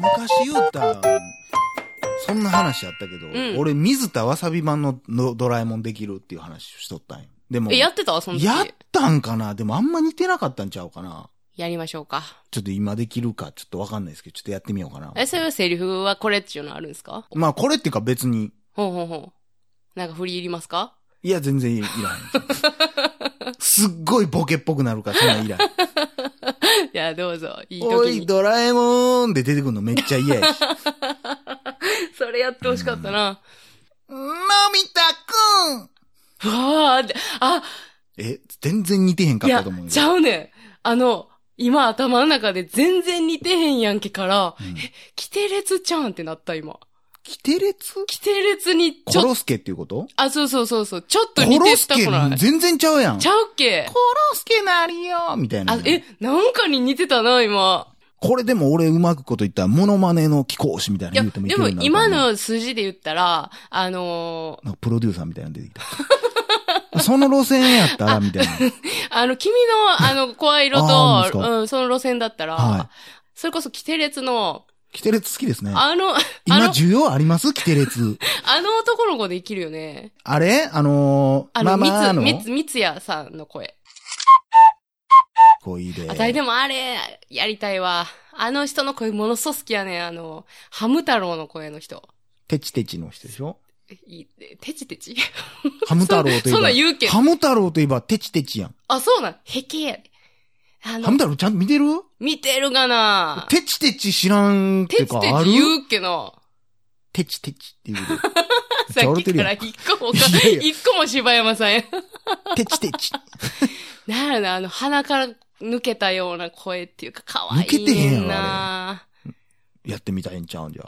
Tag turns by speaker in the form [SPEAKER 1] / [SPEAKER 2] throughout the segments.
[SPEAKER 1] 昔言うた、そんな話やったけど、
[SPEAKER 2] ん
[SPEAKER 1] 俺、水田わさび版ののドラえもんできるっていう話しとったんよ。でも、
[SPEAKER 2] え、やってたその時。
[SPEAKER 1] やったんかなでもあんま似てなかったんちゃうかな
[SPEAKER 2] やりましょうか。
[SPEAKER 1] ちょっと今できるか、ちょっとわかんないですけど、ちょっとやってみようかな。
[SPEAKER 2] え、そういうセリフはこれっていうのあるんですか
[SPEAKER 1] まあ、これっていうか別に、
[SPEAKER 2] ほうほうほう。なんか振り入りますか
[SPEAKER 1] いや、全然いいいらん。すっごいボケっぽくなるから、そんなん いらん。
[SPEAKER 2] いや、どうぞ。いい
[SPEAKER 1] お
[SPEAKER 2] 時
[SPEAKER 1] い、
[SPEAKER 2] に。
[SPEAKER 1] ドラえもんで出てくるのめっちゃ嫌やし。
[SPEAKER 2] それやってほしかったな。
[SPEAKER 1] のび太くん
[SPEAKER 2] うわーあ、
[SPEAKER 1] え、全然似てへんか
[SPEAKER 2] い
[SPEAKER 1] った
[SPEAKER 2] や
[SPEAKER 1] と思う、よ
[SPEAKER 2] ちゃうねん。あの、今頭の中で全然似てへんやんけから、
[SPEAKER 1] うん
[SPEAKER 2] キテレツちゃうんってなった今。
[SPEAKER 1] キテレツ
[SPEAKER 2] キテレツにち
[SPEAKER 1] コ
[SPEAKER 2] ょっと、
[SPEAKER 1] ロスケっていうこと
[SPEAKER 2] あ、そうそうそうそう、ちょっ
[SPEAKER 1] コ
[SPEAKER 2] と似
[SPEAKER 1] ロ
[SPEAKER 2] て
[SPEAKER 1] ス
[SPEAKER 2] た
[SPEAKER 1] ケ
[SPEAKER 2] くない
[SPEAKER 1] 全然ちゃうやん。
[SPEAKER 2] ちゃうっけ
[SPEAKER 1] コロスケなりよみたいな
[SPEAKER 2] あ、。え、なんかに似てたな、今。
[SPEAKER 1] これでも俺うまくこと言ったら、モノマネの貴公子みたいない
[SPEAKER 2] や、
[SPEAKER 1] 言うてもい
[SPEAKER 2] で
[SPEAKER 1] ける
[SPEAKER 2] も
[SPEAKER 1] んだ
[SPEAKER 2] 今。の数字で言ったら、あの
[SPEAKER 1] なんかプロデューサーみたいなの出てきた。 その路線やったら、み たいな。
[SPEAKER 2] ーあの、君の、あの、声色
[SPEAKER 1] あー
[SPEAKER 2] と、
[SPEAKER 1] な
[SPEAKER 2] うん、その路線だったら、
[SPEAKER 1] は
[SPEAKER 2] それこそキテレツの、
[SPEAKER 1] キテレツ好きですね。
[SPEAKER 2] あの、あ
[SPEAKER 1] 今
[SPEAKER 2] の、
[SPEAKER 1] 需要ありますキテレツ。
[SPEAKER 2] あの男の子で生きるよね。
[SPEAKER 1] あれあのー、
[SPEAKER 2] あ
[SPEAKER 1] まあ
[SPEAKER 2] の、み
[SPEAKER 1] まああ
[SPEAKER 2] つ、
[SPEAKER 1] の、
[SPEAKER 2] みつ、みつやさんの声。
[SPEAKER 1] こういいで。
[SPEAKER 2] あたいでもあれ、やりたいわ。あの人の声ものすご好きやねん。あの、ハム太郎の声の人。
[SPEAKER 1] テチテチの人でし ょ
[SPEAKER 2] いえてちてち
[SPEAKER 1] ハム太郎といえば。
[SPEAKER 2] そんなん言うけど
[SPEAKER 1] ハム太郎といえばテチテチやん。
[SPEAKER 2] あ、そうなん。へけやで。あ
[SPEAKER 1] ハム
[SPEAKER 2] の、
[SPEAKER 1] 太郎ちゃんと見てる
[SPEAKER 2] 見てるがな
[SPEAKER 1] テチテチ知らんって
[SPEAKER 2] てち
[SPEAKER 1] か
[SPEAKER 2] て
[SPEAKER 1] あ
[SPEAKER 2] ち
[SPEAKER 1] る
[SPEAKER 2] 言うっけな。
[SPEAKER 1] テチテチ っていう。ちゃ
[SPEAKER 2] さっ
[SPEAKER 1] 笑て
[SPEAKER 2] き
[SPEAKER 1] る
[SPEAKER 2] か
[SPEAKER 1] やん
[SPEAKER 2] ら一個もか、
[SPEAKER 1] いやいや
[SPEAKER 2] 一個も柴山さんや。
[SPEAKER 1] テチテチ。
[SPEAKER 2] なんやろな、あの、鼻から抜けたような声っていうか、可愛い
[SPEAKER 1] 抜けてへんや
[SPEAKER 2] ね
[SPEAKER 1] ろ
[SPEAKER 2] んな
[SPEAKER 1] やってみたいんちゃうんじゃ。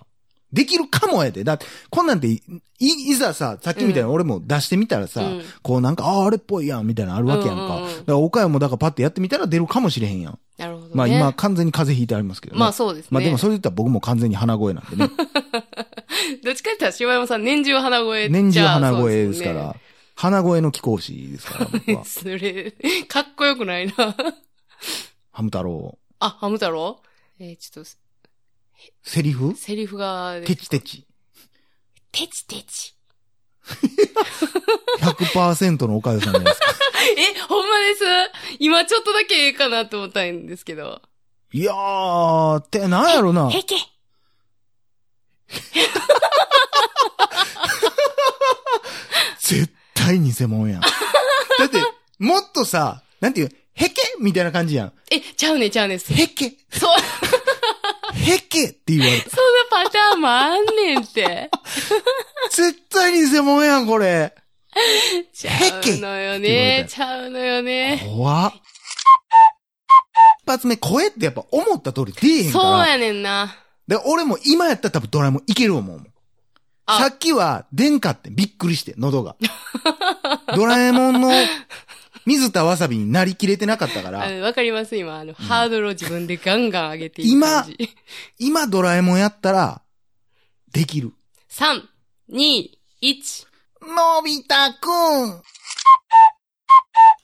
[SPEAKER 1] できるかもやで。だって、こんなんて、い、いざさ、さっきみたいに俺も出してみたらさ、
[SPEAKER 2] うん
[SPEAKER 1] こうなんか、ああ、あれっぽいやん、みたいなのあるわけやんか。
[SPEAKER 2] うんうんうん
[SPEAKER 1] だから、岡山もだからパッてやってみたら出るかもしれへんやん。
[SPEAKER 2] なるほどね。
[SPEAKER 1] まあ今、完全に風邪ひいてありますけどね。
[SPEAKER 2] まあそうですね。
[SPEAKER 1] まあでもそれで言ったら僕も完全に鼻声なんで ね。
[SPEAKER 2] どっちかって言ったら柴山さん、年中鼻声っちゃ
[SPEAKER 1] 年中鼻声
[SPEAKER 2] そう。
[SPEAKER 1] ですから、鼻声の貴公子ですから、僕は
[SPEAKER 2] それ、かっこよくない な。
[SPEAKER 1] ハム太郎。
[SPEAKER 2] あ、ハム太郎えーちょっと、
[SPEAKER 1] セリフ
[SPEAKER 2] セリフが、
[SPEAKER 1] テチテチ。
[SPEAKER 2] てちてち。
[SPEAKER 1] 100%のおかゆさんじゃないですか。
[SPEAKER 2] え、ほんまです。今ちょっとだけええかなと思ったんですけど。
[SPEAKER 1] いやー、って、なんやろな。
[SPEAKER 2] へけ。
[SPEAKER 1] 絶対偽物 やん。だって、もっとさ、なんていう、へけみたいな感じやん。
[SPEAKER 2] え、ちゃうね、ちゃうね。そ、そ
[SPEAKER 1] へけ
[SPEAKER 2] う、
[SPEAKER 1] へけって言われた。
[SPEAKER 2] そんなパターンもあんねんって。
[SPEAKER 1] 絶対偽物やん、これ。
[SPEAKER 2] ちゃうのよ
[SPEAKER 1] へけ
[SPEAKER 2] ね。ちゃうのよね。
[SPEAKER 1] 怖っ。一発目、声ってやっぱ思った通り出えへんから。
[SPEAKER 2] そうやねんな。
[SPEAKER 1] で、俺も今やったら多分ドラえもんいける思うもん。
[SPEAKER 2] あ
[SPEAKER 1] さっきは、出んかってんびっくりして、喉 が。ドラえもんの、水田わさびになりきれてなかったか
[SPEAKER 2] あ
[SPEAKER 1] ら、
[SPEAKER 2] のわかります今、あの、ハードルを自分でガンガン上げていく
[SPEAKER 1] 今
[SPEAKER 2] 感じ。
[SPEAKER 1] 今ドラえもんやったら、できる。
[SPEAKER 2] 3、2、1。
[SPEAKER 1] のび太くん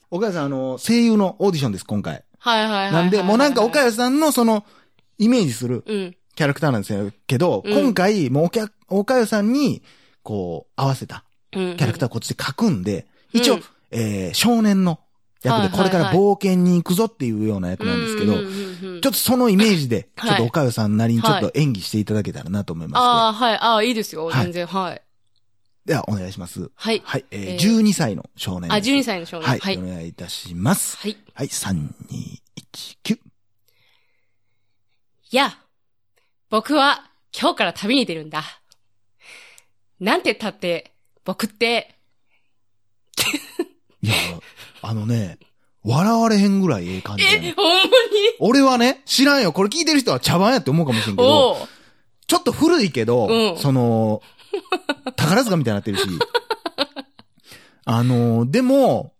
[SPEAKER 1] 岡谷さん、あの、声優のオーディションです、今回。
[SPEAKER 2] はいはいはいはい。
[SPEAKER 1] なんで、もうなんか岡谷さんのその、イメージする
[SPEAKER 2] うん。
[SPEAKER 1] キャラクターなんですよけど、
[SPEAKER 2] うん
[SPEAKER 1] 今回、もうおきゃ岡谷さんに、こう、合わせた
[SPEAKER 2] うん。
[SPEAKER 1] キャラクターこっちで書くんで、
[SPEAKER 2] うん
[SPEAKER 1] 一応、えー少年の役
[SPEAKER 2] は
[SPEAKER 1] で、
[SPEAKER 2] いはい
[SPEAKER 1] これから冒険に行くぞっていうような役なんですけど、
[SPEAKER 2] うんうんうんうん
[SPEAKER 1] ちょっとそのイメージで、
[SPEAKER 2] は
[SPEAKER 1] ち
[SPEAKER 2] い
[SPEAKER 1] ょっと岡代さんなりにちょっと演技していただけたらなと思いま
[SPEAKER 2] ああ、はい。ああ、いいですよ。
[SPEAKER 1] はい
[SPEAKER 2] 全然。はい。
[SPEAKER 1] すけど、では、お願いします。
[SPEAKER 2] はい。
[SPEAKER 1] はい、えー
[SPEAKER 2] えー
[SPEAKER 1] 12歳の少年
[SPEAKER 2] あ、
[SPEAKER 1] です。
[SPEAKER 2] 12歳の少年。
[SPEAKER 1] はい、
[SPEAKER 2] はい
[SPEAKER 1] お。願いいたします。
[SPEAKER 2] はい。
[SPEAKER 1] はい、3、2、1、9。
[SPEAKER 2] やあ、僕は今日から旅に出るんだ。なんてったって、僕って、
[SPEAKER 1] いや、あのね、笑われへんぐらいええ感じや
[SPEAKER 2] え、
[SPEAKER 1] ね。
[SPEAKER 2] ほんまに
[SPEAKER 1] 俺はね、知らんよ。これ聞いてる人は茶番やって思うかもしれんけど、
[SPEAKER 2] おう
[SPEAKER 1] ちょっと古いけど、
[SPEAKER 2] うん
[SPEAKER 1] その、宝塚みたいになってるし。 あのー、でも、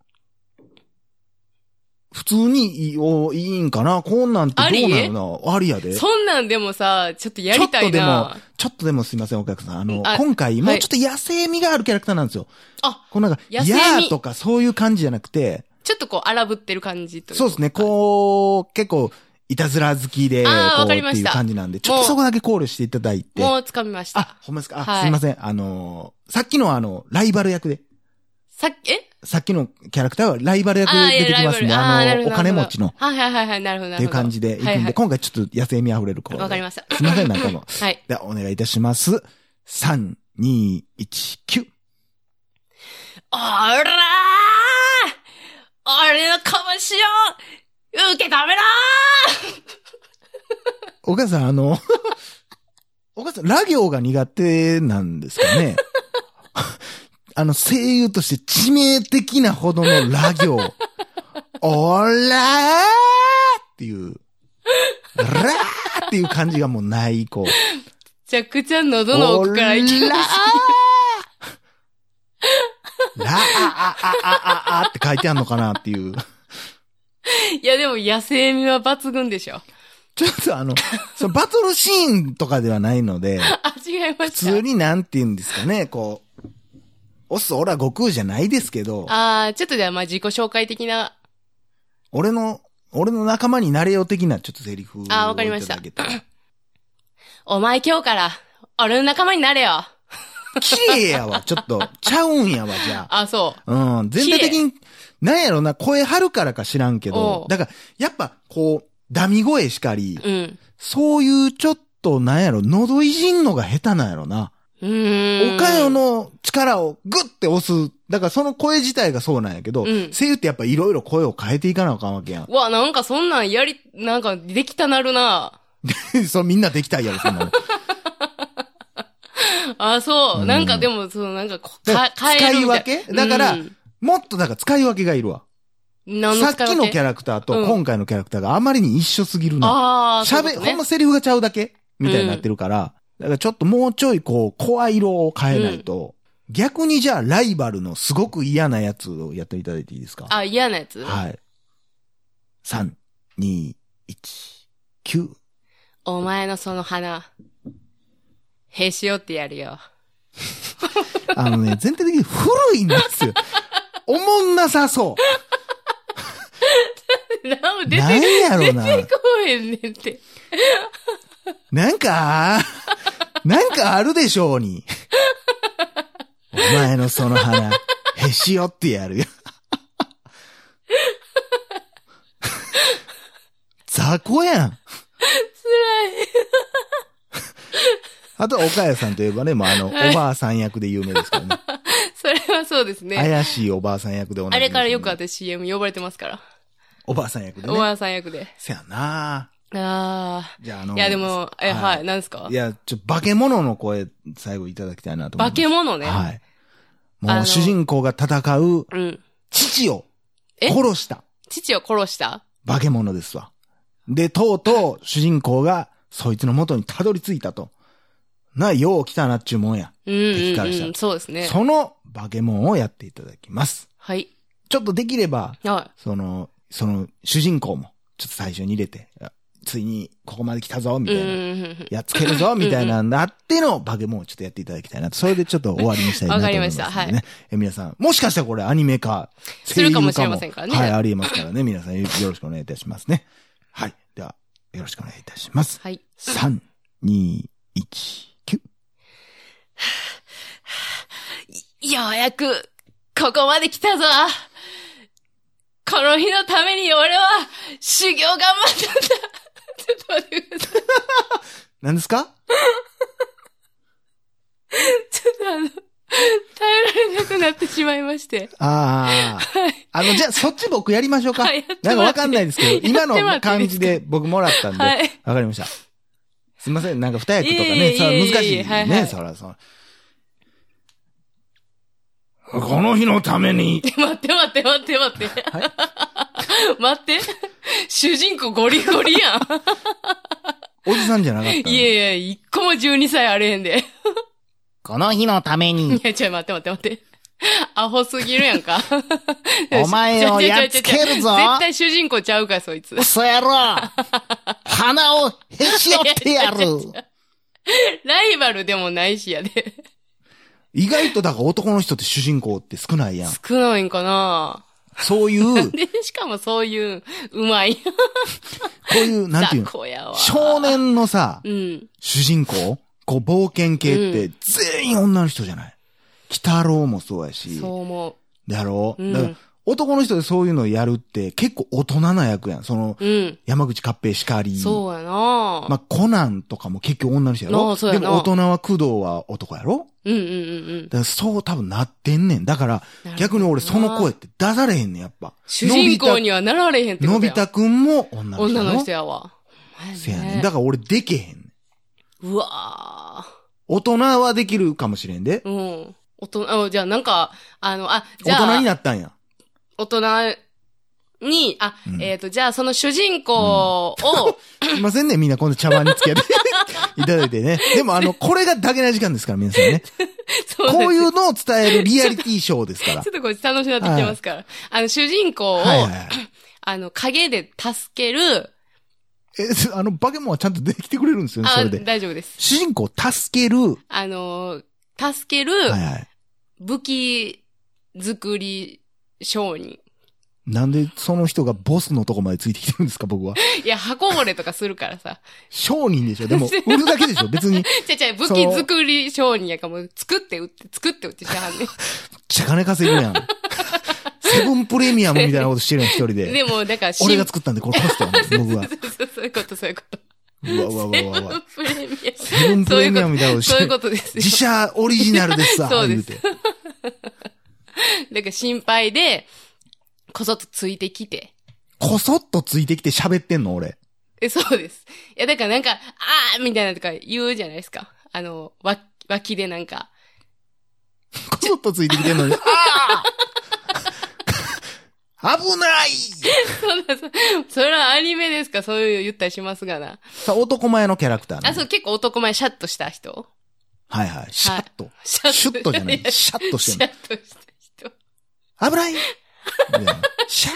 [SPEAKER 1] 普通にいいおいいんかなこんなんってどうなのなありやで。
[SPEAKER 2] そんなんでもさ、ちょっとやりたいな。
[SPEAKER 1] ちょっとでもすいません、お客さん。あの、
[SPEAKER 2] あ
[SPEAKER 1] 今回、もうちょっと野生味があるキャラクターなんですよ。
[SPEAKER 2] あ、
[SPEAKER 1] こうなんか、いや
[SPEAKER 2] 野生味
[SPEAKER 1] ーとかそういう感じじゃなくて、
[SPEAKER 2] ちょっとこう荒ぶってる感じというか
[SPEAKER 1] そうですね、こう、結構、いたずら好きで、こ
[SPEAKER 2] あーわ
[SPEAKER 1] う、
[SPEAKER 2] か
[SPEAKER 1] っ
[SPEAKER 2] りま
[SPEAKER 1] て
[SPEAKER 2] し
[SPEAKER 1] いう
[SPEAKER 2] た
[SPEAKER 1] 感じなんで、ちょっとそこだけ考慮していただいて。
[SPEAKER 2] もう掴みました。
[SPEAKER 1] あ、ほんまですかあ、
[SPEAKER 2] はい
[SPEAKER 1] すいません。あのーさっきのあの、ライバル役で、
[SPEAKER 2] さっき、え
[SPEAKER 1] さっきのキャラクターはライバル役
[SPEAKER 2] ああ
[SPEAKER 1] で出てきますね。あのーお金持ちの。
[SPEAKER 2] はいはいはいはい、なるほどな
[SPEAKER 1] って
[SPEAKER 2] る
[SPEAKER 1] い
[SPEAKER 2] ほ
[SPEAKER 1] う
[SPEAKER 2] ど。
[SPEAKER 1] 感じでいくんで、
[SPEAKER 2] はいはい
[SPEAKER 1] 今回ちょっと野生味あふれる子で。
[SPEAKER 2] わかりました。
[SPEAKER 1] すいません、なんかもう。
[SPEAKER 2] はい。
[SPEAKER 1] では、お願いいたします。3、2、1、9。
[SPEAKER 2] おらー俺の拳を受け止めろ
[SPEAKER 1] お母さん、あの、 お母さん、ラ行が苦手なんですかねあの、声優として致命的なほどのラ行。おらーっていう、らーっていう感じがもうない、こう。
[SPEAKER 2] ーめちゃくちゃ喉の奥から行き
[SPEAKER 1] おら
[SPEAKER 2] ます。
[SPEAKER 1] ーらーあ、あ、あ、あ、あって書いてあんのかなっていう。
[SPEAKER 2] いやでも野生味は抜群でしょ。
[SPEAKER 1] ちょっとあの、そのバトルシーンとかではないので、
[SPEAKER 2] あ、違いま
[SPEAKER 1] 普
[SPEAKER 2] した。
[SPEAKER 1] 通になんて言うんですかね、こう、おっそ、俺は悟空じゃないですけど、
[SPEAKER 2] あー、ちょっとじゃあまあ自己紹介的な。
[SPEAKER 1] 俺の、俺の仲間になれよ的なちょっとセリフをい
[SPEAKER 2] あーわかりました
[SPEAKER 1] ただけたら。
[SPEAKER 2] お前今日から、俺の仲間になれよ。
[SPEAKER 1] 綺麗やわ、ちょっと、ちゃうんやわ、じゃあ。
[SPEAKER 2] あ、そ
[SPEAKER 1] うん、全体的に、なんやろな、声張るからか知らんけ
[SPEAKER 2] お
[SPEAKER 1] ど
[SPEAKER 2] う、
[SPEAKER 1] だから、やっぱ、こう、ダミ声しかり、
[SPEAKER 2] う。うん。
[SPEAKER 1] そういうちょっと、なんやろ、喉いじんのが下手なんやろな。
[SPEAKER 2] うーん。
[SPEAKER 1] おかよの力をグッて押す。だからその声自体がそうなんやけど、
[SPEAKER 2] うん
[SPEAKER 1] 声優ってやっぱいろいろ声を変えていかなあかんわけやん。
[SPEAKER 2] うわ、なんかそんなんやり、なんかできたなるな。
[SPEAKER 1] そう、みんなできたいやろ、そんな の。
[SPEAKER 2] あ、そう。
[SPEAKER 1] うん
[SPEAKER 2] なんかでも、そのなんかこ、
[SPEAKER 1] だから
[SPEAKER 2] か、変えるみたい。
[SPEAKER 1] 使い分けだから
[SPEAKER 2] うん、
[SPEAKER 1] もっとだから使い分けがいるわ。
[SPEAKER 2] 何
[SPEAKER 1] さっきのキ
[SPEAKER 2] ャ
[SPEAKER 1] ャラクター
[SPEAKER 2] う
[SPEAKER 1] と
[SPEAKER 2] ん
[SPEAKER 1] 今回のキャラクターがあまりに一緒すぎるな。
[SPEAKER 2] ああ、そういう
[SPEAKER 1] 喋、
[SPEAKER 2] こと
[SPEAKER 1] ほんまセリフがちゃうだけみたいになってるから、だからちょっともうちょいこう、声色を変えないと、逆にじゃあライバルのすごく嫌なやつをやっていただいていいですか
[SPEAKER 2] あ、嫌なやつ
[SPEAKER 1] はい。3、2、1、9。
[SPEAKER 2] お前のその花、へし折ってやるよ。
[SPEAKER 1] あのね、全体的に古いんです よ。おもんなさそう。
[SPEAKER 2] なんも出
[SPEAKER 1] なん
[SPEAKER 2] て、
[SPEAKER 1] やろな。
[SPEAKER 2] 出てこへんねんって。
[SPEAKER 1] なんか、なんかあるでしょうに。お前のその花、へし折って やるよ。雑魚やん。あとは岡谷さんといえばね、もうあの、おばあさん役で有名ですからね。
[SPEAKER 2] それはそうです ね。
[SPEAKER 1] 怪しいおばあさん役でおな
[SPEAKER 2] あ
[SPEAKER 1] じみ
[SPEAKER 2] れからよ
[SPEAKER 1] です
[SPEAKER 2] く私 CM 呼ばれてますから。
[SPEAKER 1] おばあさん役で
[SPEAKER 2] お
[SPEAKER 1] ね。
[SPEAKER 2] 前さん役で。
[SPEAKER 1] せやな
[SPEAKER 2] あ
[SPEAKER 1] じゃああの。
[SPEAKER 2] あ。いやでも、え、はい、何ですか
[SPEAKER 1] いや、ちょ、化け物の声、最後いただきたいなと思いま
[SPEAKER 2] 化
[SPEAKER 1] す。
[SPEAKER 2] け物ね。
[SPEAKER 1] はい。
[SPEAKER 2] あ
[SPEAKER 1] も
[SPEAKER 2] の
[SPEAKER 1] う主人公が戦う
[SPEAKER 2] うん。
[SPEAKER 1] 父を
[SPEAKER 2] え
[SPEAKER 1] 殺した
[SPEAKER 2] 父を殺した
[SPEAKER 1] 化け物ですわ。で、とうとう主人公がそいつの元にたどり着いたと。な、よう来たなっちゅうもんや。
[SPEAKER 2] うんうん、
[SPEAKER 1] 敵からした
[SPEAKER 2] うん。
[SPEAKER 1] ら
[SPEAKER 2] そうですね。
[SPEAKER 1] その化け物をやっていただきます。
[SPEAKER 2] はい。
[SPEAKER 1] ちょっとできれば、
[SPEAKER 2] は
[SPEAKER 1] その、その主人公も、ちょっと最初に入れて、あついにここまで来たぞ、み
[SPEAKER 2] い。
[SPEAKER 1] た
[SPEAKER 2] う
[SPEAKER 1] い
[SPEAKER 2] んう
[SPEAKER 1] な。
[SPEAKER 2] んうん
[SPEAKER 1] やっつけるぞ、みたいなんだっての、バケモンをちょっとやっていただきたいなと。それでちょっと終わりにしたいなと思いますんで、ね。
[SPEAKER 2] わかりました
[SPEAKER 1] ね。え、皆さん、もしかしたらこれアニメ化、
[SPEAKER 2] するかもしれませんからね
[SPEAKER 1] 声優はい、ありえますからね。皆さんよよろしくお願いいたしますね。はい。では、よろしくお願いいたします。
[SPEAKER 2] はい。
[SPEAKER 1] 3、2、1、9。
[SPEAKER 2] ようやく、ここまで来たぞこの日のために俺は、修行頑張ったんだちょっと待ってください。
[SPEAKER 1] 何ですか
[SPEAKER 2] ちょっとあの、耐えられなくなってしまい まして。
[SPEAKER 1] あ あ。あの、じゃあ、そっち僕やりましょうか。
[SPEAKER 2] はいやっても
[SPEAKER 1] な
[SPEAKER 2] らって
[SPEAKER 1] んかわかんないですけど、今の
[SPEAKER 2] やってもらってい
[SPEAKER 1] 感
[SPEAKER 2] いです
[SPEAKER 1] じ
[SPEAKER 2] か
[SPEAKER 1] で僕もらったんで、わ、
[SPEAKER 2] はい
[SPEAKER 1] かりました。すいません、なんか二役とか
[SPEAKER 2] いえいえ
[SPEAKER 1] ね、さあ
[SPEAKER 2] いえいえ
[SPEAKER 1] 難しいね、
[SPEAKER 2] はいはい
[SPEAKER 1] そらそら。この日のために、
[SPEAKER 2] 待って待って待って待って。
[SPEAKER 1] はい
[SPEAKER 2] 待って。主人公ゴリゴリ やん。
[SPEAKER 1] おじさんじゃなかったの
[SPEAKER 2] いやいや、一個も12歳あれへんで。
[SPEAKER 1] この日のため
[SPEAKER 2] い
[SPEAKER 1] に、。
[SPEAKER 2] や、ちょ、待って待って待って。 アホすぎるやんか
[SPEAKER 1] お前をやっつけるぞ
[SPEAKER 2] ちょちょちょちょ 絶対主人公ちゃうから、そいつ。
[SPEAKER 1] そやろ鼻をへし折ってやる
[SPEAKER 2] ライバルでもないしやで。
[SPEAKER 1] 意外とだから男の人って主人公って少ないやん。
[SPEAKER 2] 少ないんかな
[SPEAKER 1] そういう、こ
[SPEAKER 2] で、しかもそういう、うまい。
[SPEAKER 1] ういう、なんていう
[SPEAKER 2] 雑魚やわ
[SPEAKER 1] の、少。年のさ、
[SPEAKER 2] うん。
[SPEAKER 1] 主人公こう、冒険系って、全員女の人じゃない鬼太郎もそうやし、
[SPEAKER 2] そう思
[SPEAKER 1] だろ
[SPEAKER 2] う。うん。
[SPEAKER 1] だから男の人でそういうのやるって、結構大人な役やん。その、
[SPEAKER 2] うん。
[SPEAKER 1] 山口勝平しかり。
[SPEAKER 2] そうやな
[SPEAKER 1] まあ、コナンとかも結局女の人やろ
[SPEAKER 2] なあそうや
[SPEAKER 1] で
[SPEAKER 2] な
[SPEAKER 1] も大人は工藤は男やろ
[SPEAKER 2] うんうんうん
[SPEAKER 1] だからそう多分なってんねん。だから、
[SPEAKER 2] うん。
[SPEAKER 1] 逆に俺その声
[SPEAKER 2] 声
[SPEAKER 1] って出されへんねん、やっぱ。
[SPEAKER 2] 主人公にはなられへんってことや
[SPEAKER 1] のび太くんも女の人や
[SPEAKER 2] 女
[SPEAKER 1] ろ
[SPEAKER 2] の人やわ。ほんま
[SPEAKER 1] せ
[SPEAKER 2] や
[SPEAKER 1] や
[SPEAKER 2] ね
[SPEAKER 1] ねん。だから俺でけへんねん。
[SPEAKER 2] うわ
[SPEAKER 1] 大人はできるかもしれんで
[SPEAKER 2] ー。うん。大人、あじゃあなんか、あの、あ、じ
[SPEAKER 1] 大
[SPEAKER 2] ゃあ、
[SPEAKER 1] 人になったんや。
[SPEAKER 2] 大人に、あ、
[SPEAKER 1] うん
[SPEAKER 2] えっ、と、じゃあその主人公を、
[SPEAKER 1] すいませんね、みんなこの茶碗につけていただいてね。でもあの、これがだけな時間ですから、皆さんね。
[SPEAKER 2] そう。
[SPEAKER 1] こういううのを伝えるリアリティショーです から
[SPEAKER 2] ちょ。っとこっち楽しなってきてますから。あの、主人公を、
[SPEAKER 1] はいはいはい。
[SPEAKER 2] あの、影で助ける、
[SPEAKER 1] え、す あの、バケモンはちゃんとできてくれるんですよね、そ
[SPEAKER 2] あ、
[SPEAKER 1] れで。
[SPEAKER 2] 大丈夫です。
[SPEAKER 1] 主人公を助ける。は
[SPEAKER 2] あの、助ける
[SPEAKER 1] いはい。
[SPEAKER 2] 武器作り商人。
[SPEAKER 1] なんでその人がボスのとこまでついてきてるんですか、僕 は。
[SPEAKER 2] いや、箱漏れとかするからさ。
[SPEAKER 1] 商人でしょ。でも、売るだけでしょ。別に、
[SPEAKER 2] ちゃちゃ、武
[SPEAKER 1] そ
[SPEAKER 2] 器
[SPEAKER 1] の
[SPEAKER 2] 作り商人やからもう、作って売って、作って売ってしはんねん。
[SPEAKER 1] ちゃ金稼 ぐやん。セブンプレミアムみたいなことしてるやん、一人で。
[SPEAKER 2] でも、だから、
[SPEAKER 1] 俺が作ったんで、これコストやもん、僕
[SPEAKER 2] そう
[SPEAKER 1] は。
[SPEAKER 2] そうそうそういうこと、そういうこと。
[SPEAKER 1] うわうわうわうわうわ。
[SPEAKER 2] プレミア
[SPEAKER 1] セブンプレミアムみたいなこと
[SPEAKER 2] そう
[SPEAKER 1] し
[SPEAKER 2] い
[SPEAKER 1] て
[SPEAKER 2] うことですよ。
[SPEAKER 1] 自社オリジナルですわ、
[SPEAKER 2] そう
[SPEAKER 1] 言
[SPEAKER 2] で
[SPEAKER 1] う
[SPEAKER 2] す
[SPEAKER 1] て。
[SPEAKER 2] だから心配で、こそっとついてきて。
[SPEAKER 1] こそっとついてきて喋ってんの、俺。
[SPEAKER 2] え、そうです。いや、だからなんか、あーみたいなとか言うじゃないですか。あの、わ、脇でなんか。
[SPEAKER 1] こそっとついてきてんのに、ああ危ない
[SPEAKER 2] そうだそうそれはアニメですかそういうの言ったりしますがな。
[SPEAKER 1] さあ、男前のキャラクターね。
[SPEAKER 2] あ、そう、結構男前シャッとした人
[SPEAKER 1] はいはい。シャッと。
[SPEAKER 2] シャ
[SPEAKER 1] シュッとじゃない。シャッとして
[SPEAKER 2] シ
[SPEAKER 1] んの
[SPEAKER 2] ャッとした人。
[SPEAKER 1] 危ないみたいなシャッ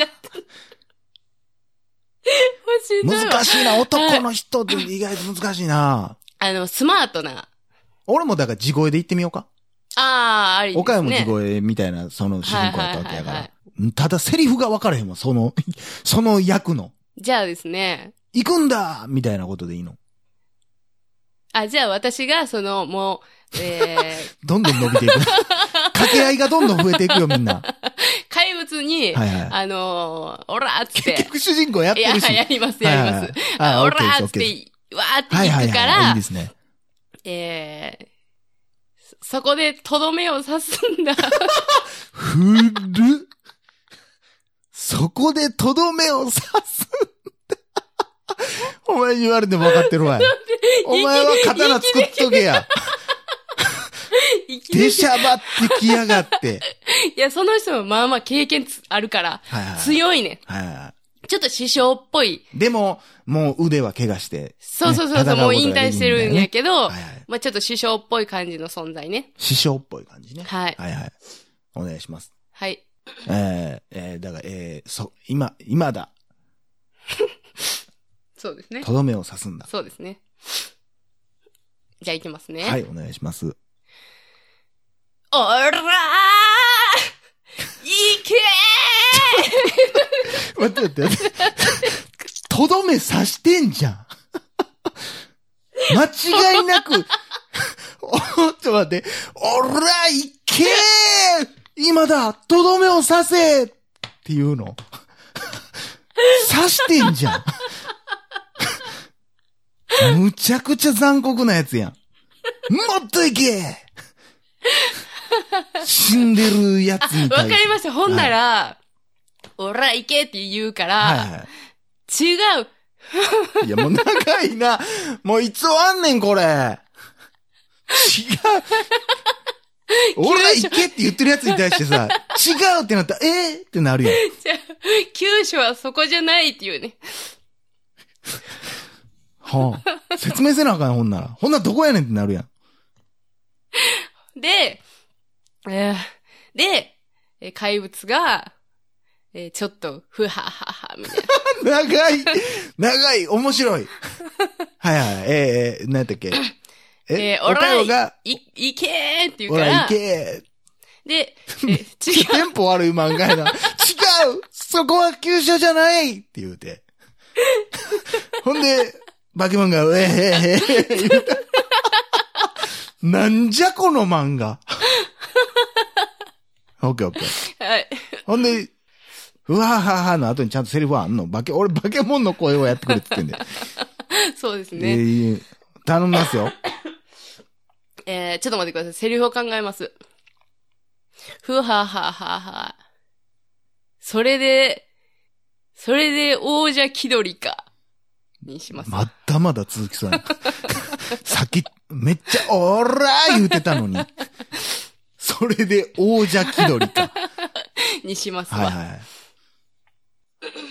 [SPEAKER 2] 欲しいな。
[SPEAKER 1] 難しいな。男の人って意外と難しいな。
[SPEAKER 2] あの、スマートな。
[SPEAKER 1] 俺もだから地声で行ってみようか。
[SPEAKER 2] ああ、ありですね。
[SPEAKER 1] 岡山地声みたいな、その主人公だったわけや
[SPEAKER 2] はいはいはいは
[SPEAKER 1] か
[SPEAKER 2] い
[SPEAKER 1] ら。ただセリフが分からへんわ、その、その役の。
[SPEAKER 2] じゃあですね。
[SPEAKER 1] 行くんだみたいなことでいいの。
[SPEAKER 2] あ、じゃあ私が、その、もう、えー、
[SPEAKER 1] どんどん伸び ていく。掛け合いがどんどん増えていくよ、みんな。
[SPEAKER 2] 怪物に、
[SPEAKER 1] はいはい
[SPEAKER 2] あのー、オラーっつって
[SPEAKER 1] 結、局主人公やっ
[SPEAKER 2] い
[SPEAKER 1] て
[SPEAKER 2] や、
[SPEAKER 1] るし。
[SPEAKER 2] やります、やります。
[SPEAKER 1] はい
[SPEAKER 2] あ
[SPEAKER 1] はいはいあ
[SPEAKER 2] オ
[SPEAKER 1] オ
[SPEAKER 2] ラ
[SPEAKER 1] ッケー
[SPEAKER 2] ー
[SPEAKER 1] で
[SPEAKER 2] っ
[SPEAKER 1] すオッ
[SPEAKER 2] つっ
[SPEAKER 1] ケー
[SPEAKER 2] て、わーって
[SPEAKER 1] はいは
[SPEAKER 2] 行
[SPEAKER 1] い
[SPEAKER 2] くか
[SPEAKER 1] はい。いい
[SPEAKER 2] ら
[SPEAKER 1] で、すね。
[SPEAKER 2] えー、そそこでとどめを刺すんだ。
[SPEAKER 1] ふる。そこでとどめを刺すんだ。お前に言われても分かってるわ い。 お前は刀作っとけや。
[SPEAKER 2] 息抜き
[SPEAKER 1] でしゃばってきやがって。
[SPEAKER 2] いや、その人もまあまあ経験つあるから、
[SPEAKER 1] はいはい。
[SPEAKER 2] 強いね。
[SPEAKER 1] はいは
[SPEAKER 2] ちょっと師匠っぽい。
[SPEAKER 1] い。でも、もう腕は怪我して。
[SPEAKER 2] そうそうそう、
[SPEAKER 1] ね
[SPEAKER 2] そうもう引退してるんや。け
[SPEAKER 1] 戦う
[SPEAKER 2] ど、
[SPEAKER 1] ことができんだよねはいはい。
[SPEAKER 2] まあちょっと師匠っぽい感じの存在ね。
[SPEAKER 1] 師匠っぽい感じね。
[SPEAKER 2] はい。
[SPEAKER 1] はいはい。お願いします。
[SPEAKER 2] はい。
[SPEAKER 1] えー、えー、だから、えー、そ、今、今だ。
[SPEAKER 2] そうですね
[SPEAKER 1] と。どめを刺すんだ。
[SPEAKER 2] そうですね。じゃあ行きますね。
[SPEAKER 1] はい、お願いします。
[SPEAKER 2] おらーいけ
[SPEAKER 1] 待って待って待って。とどめ刺してんじゃん。間違いなく、お、ちょっと待って。おら、いけー今だとどめを刺せっていうの。刺してんじゃん。むちゃくちゃ残酷なやつやん。もっといけ死んでるやつみ
[SPEAKER 2] ーわ
[SPEAKER 1] た
[SPEAKER 2] か
[SPEAKER 1] い
[SPEAKER 2] りました。ほんなら、おらいけって言うから、
[SPEAKER 1] はいはい。
[SPEAKER 2] 違う
[SPEAKER 1] いや、もう長いな。もういつ終わんねん、これ。違 う。俺ら行けって言ってるやつに対してさ、違うってなったら、えー、ってなるやん。
[SPEAKER 2] じゃあ、九州はそこじゃないっていうね。
[SPEAKER 1] はあ、説明せなあかん、ほんなら。ほんならどこやねんってなるやん。
[SPEAKER 2] で、えーで、えー怪物が、えーちょっと、ふははは、みたいな。
[SPEAKER 1] 長い長い面白いはいはい、えー、えー、何やったっけ
[SPEAKER 2] えー
[SPEAKER 1] おかよが、
[SPEAKER 2] い、いけーって言う
[SPEAKER 1] ほ、
[SPEAKER 2] からら
[SPEAKER 1] 行、け
[SPEAKER 2] で、えー違
[SPEAKER 1] テンポ悪い漫画やな。違うそこは急所じゃないって言うて。ほんで、バケモンが、ええええ言うたなんじゃこの漫画。オッケーオッケー。
[SPEAKER 2] はい。
[SPEAKER 1] ほんで、うわはははの後にちゃんとセリフはあんのバケ、俺バケモンの声をやってくれって言ってんで。
[SPEAKER 2] そうです
[SPEAKER 1] え
[SPEAKER 2] ね。
[SPEAKER 1] ー頼みますよ。
[SPEAKER 2] えー、ちょっと待ってください。セリフを考えます。ふはははは。それで、それで王者気取りか。にします。
[SPEAKER 1] まだまだ続きそうやな さっき、めっちゃ、おらー言うてたのに。それで王者気取り か。
[SPEAKER 2] にしますわ。
[SPEAKER 1] はいはい。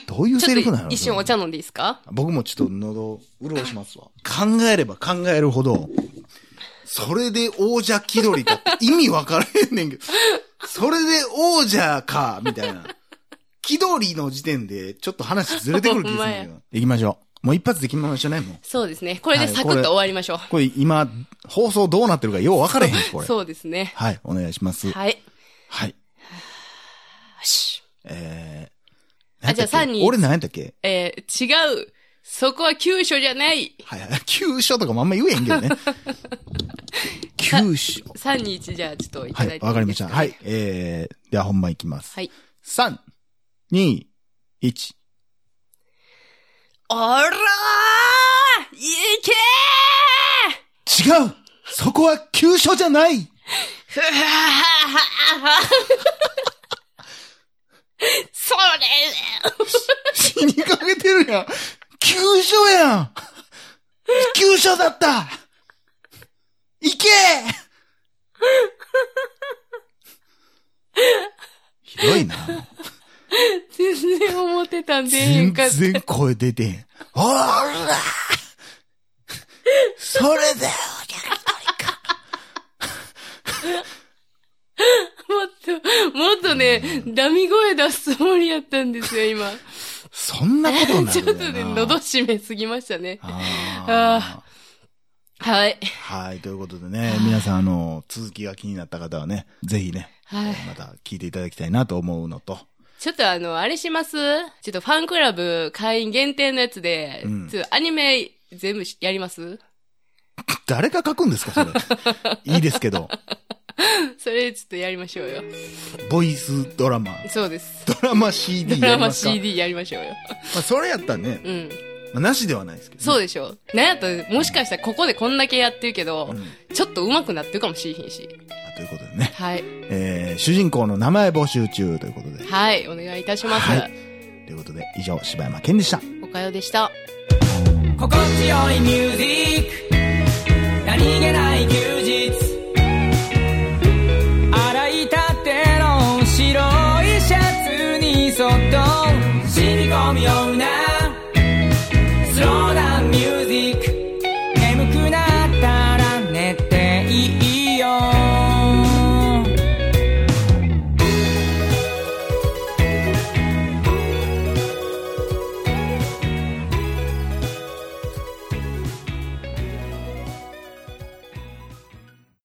[SPEAKER 1] どういうセリ
[SPEAKER 2] ち
[SPEAKER 1] フ
[SPEAKER 2] ょ
[SPEAKER 1] な
[SPEAKER 2] っと
[SPEAKER 1] の
[SPEAKER 2] 一瞬お茶飲んでいいですか
[SPEAKER 1] 僕もちょっと喉、潤しますわ。考えれば考えるほど、それで王者気取りかって意味わからへんねんけど、それで王者か、みたいな。気取りの時点で、ちょっと話ずれてくる気がするんだけ
[SPEAKER 2] ほ
[SPEAKER 1] ど。行きましょう。もう一発で決めましょうね、もう。
[SPEAKER 2] そうですね。これで
[SPEAKER 1] はい
[SPEAKER 2] サクッ
[SPEAKER 1] これ
[SPEAKER 2] と終わりましょう。
[SPEAKER 1] これ今、放送どうなってるかよう分からへん、これ。
[SPEAKER 2] そうですね。
[SPEAKER 1] はい、お願いします。
[SPEAKER 2] はい。よ
[SPEAKER 1] はい。
[SPEAKER 2] し。
[SPEAKER 1] えー。
[SPEAKER 2] あじゃ
[SPEAKER 1] 何やっ
[SPEAKER 2] あ
[SPEAKER 1] たっけ
[SPEAKER 2] 3人
[SPEAKER 1] 俺何やったっけ
[SPEAKER 2] えー、違う。そこは急所じゃない。
[SPEAKER 1] はいはい。 急所とかもあんま言えへん けどね。急所。
[SPEAKER 2] 321じゃあちょっとい
[SPEAKER 1] は
[SPEAKER 2] ただいていいです
[SPEAKER 1] い、
[SPEAKER 2] か
[SPEAKER 1] わかりました。はい。。えー、では本番いきます。
[SPEAKER 2] はい。
[SPEAKER 1] 3、2、1。
[SPEAKER 2] おらーいけ
[SPEAKER 1] 違うそこは急所じゃない
[SPEAKER 2] ーふははははそれ
[SPEAKER 1] 死にかけてるやん急所やん急所だった行けひどいな。
[SPEAKER 2] 全然思ってたんでへ
[SPEAKER 1] 全
[SPEAKER 2] んかった。
[SPEAKER 1] 然声出てへん。おらそれだよ
[SPEAKER 2] もっと、もっとね、ダミ声出すつもりやったんですよ、今。
[SPEAKER 1] そんなことにな
[SPEAKER 2] ち
[SPEAKER 1] る
[SPEAKER 2] ょ
[SPEAKER 1] んだ
[SPEAKER 2] っと
[SPEAKER 1] よな
[SPEAKER 2] ね、喉締めすぎましたね。
[SPEAKER 1] あ
[SPEAKER 2] はい。
[SPEAKER 1] ーはい、ということでね、皆さん、あの、続きが気になった方はね、ぜひね、
[SPEAKER 2] はい。
[SPEAKER 1] また聞いていただきたいなと思うのと、
[SPEAKER 2] ちょっとあの、あれしますちょっとファンクラブ会員限定のやつで、
[SPEAKER 1] うん
[SPEAKER 2] ちょっとアニメ全部しやります
[SPEAKER 1] 誰が書くんですか、そ れ。いいですけど、
[SPEAKER 2] それちょっとやりましょうよ。
[SPEAKER 1] ボイスドラマ、
[SPEAKER 2] そうです。
[SPEAKER 1] ドラマ
[SPEAKER 2] ド
[SPEAKER 1] CD や
[SPEAKER 2] ラ
[SPEAKER 1] りま
[SPEAKER 2] マ
[SPEAKER 1] すか。ま
[SPEAKER 2] CD やりましょうよ。
[SPEAKER 1] あ、それやったらね、
[SPEAKER 2] うん。
[SPEAKER 1] まあなしではないですけどね、
[SPEAKER 2] そうでしょう。なんやったら、もしかしたらここでこんだけやってるけど、
[SPEAKER 1] うん
[SPEAKER 2] ちょっと上手くなってるかもしれへんし。
[SPEAKER 1] まあということでね、
[SPEAKER 2] はい。
[SPEAKER 1] えー、主人公の名前募集中ということで、
[SPEAKER 2] はい。お願いいたします。
[SPEAKER 1] はいということで、以上、柴山健でした。
[SPEAKER 2] おかよでした。
[SPEAKER 3] 心地よいミュージック何気ない休日洗いたての白いシャツにそっと染み込むよう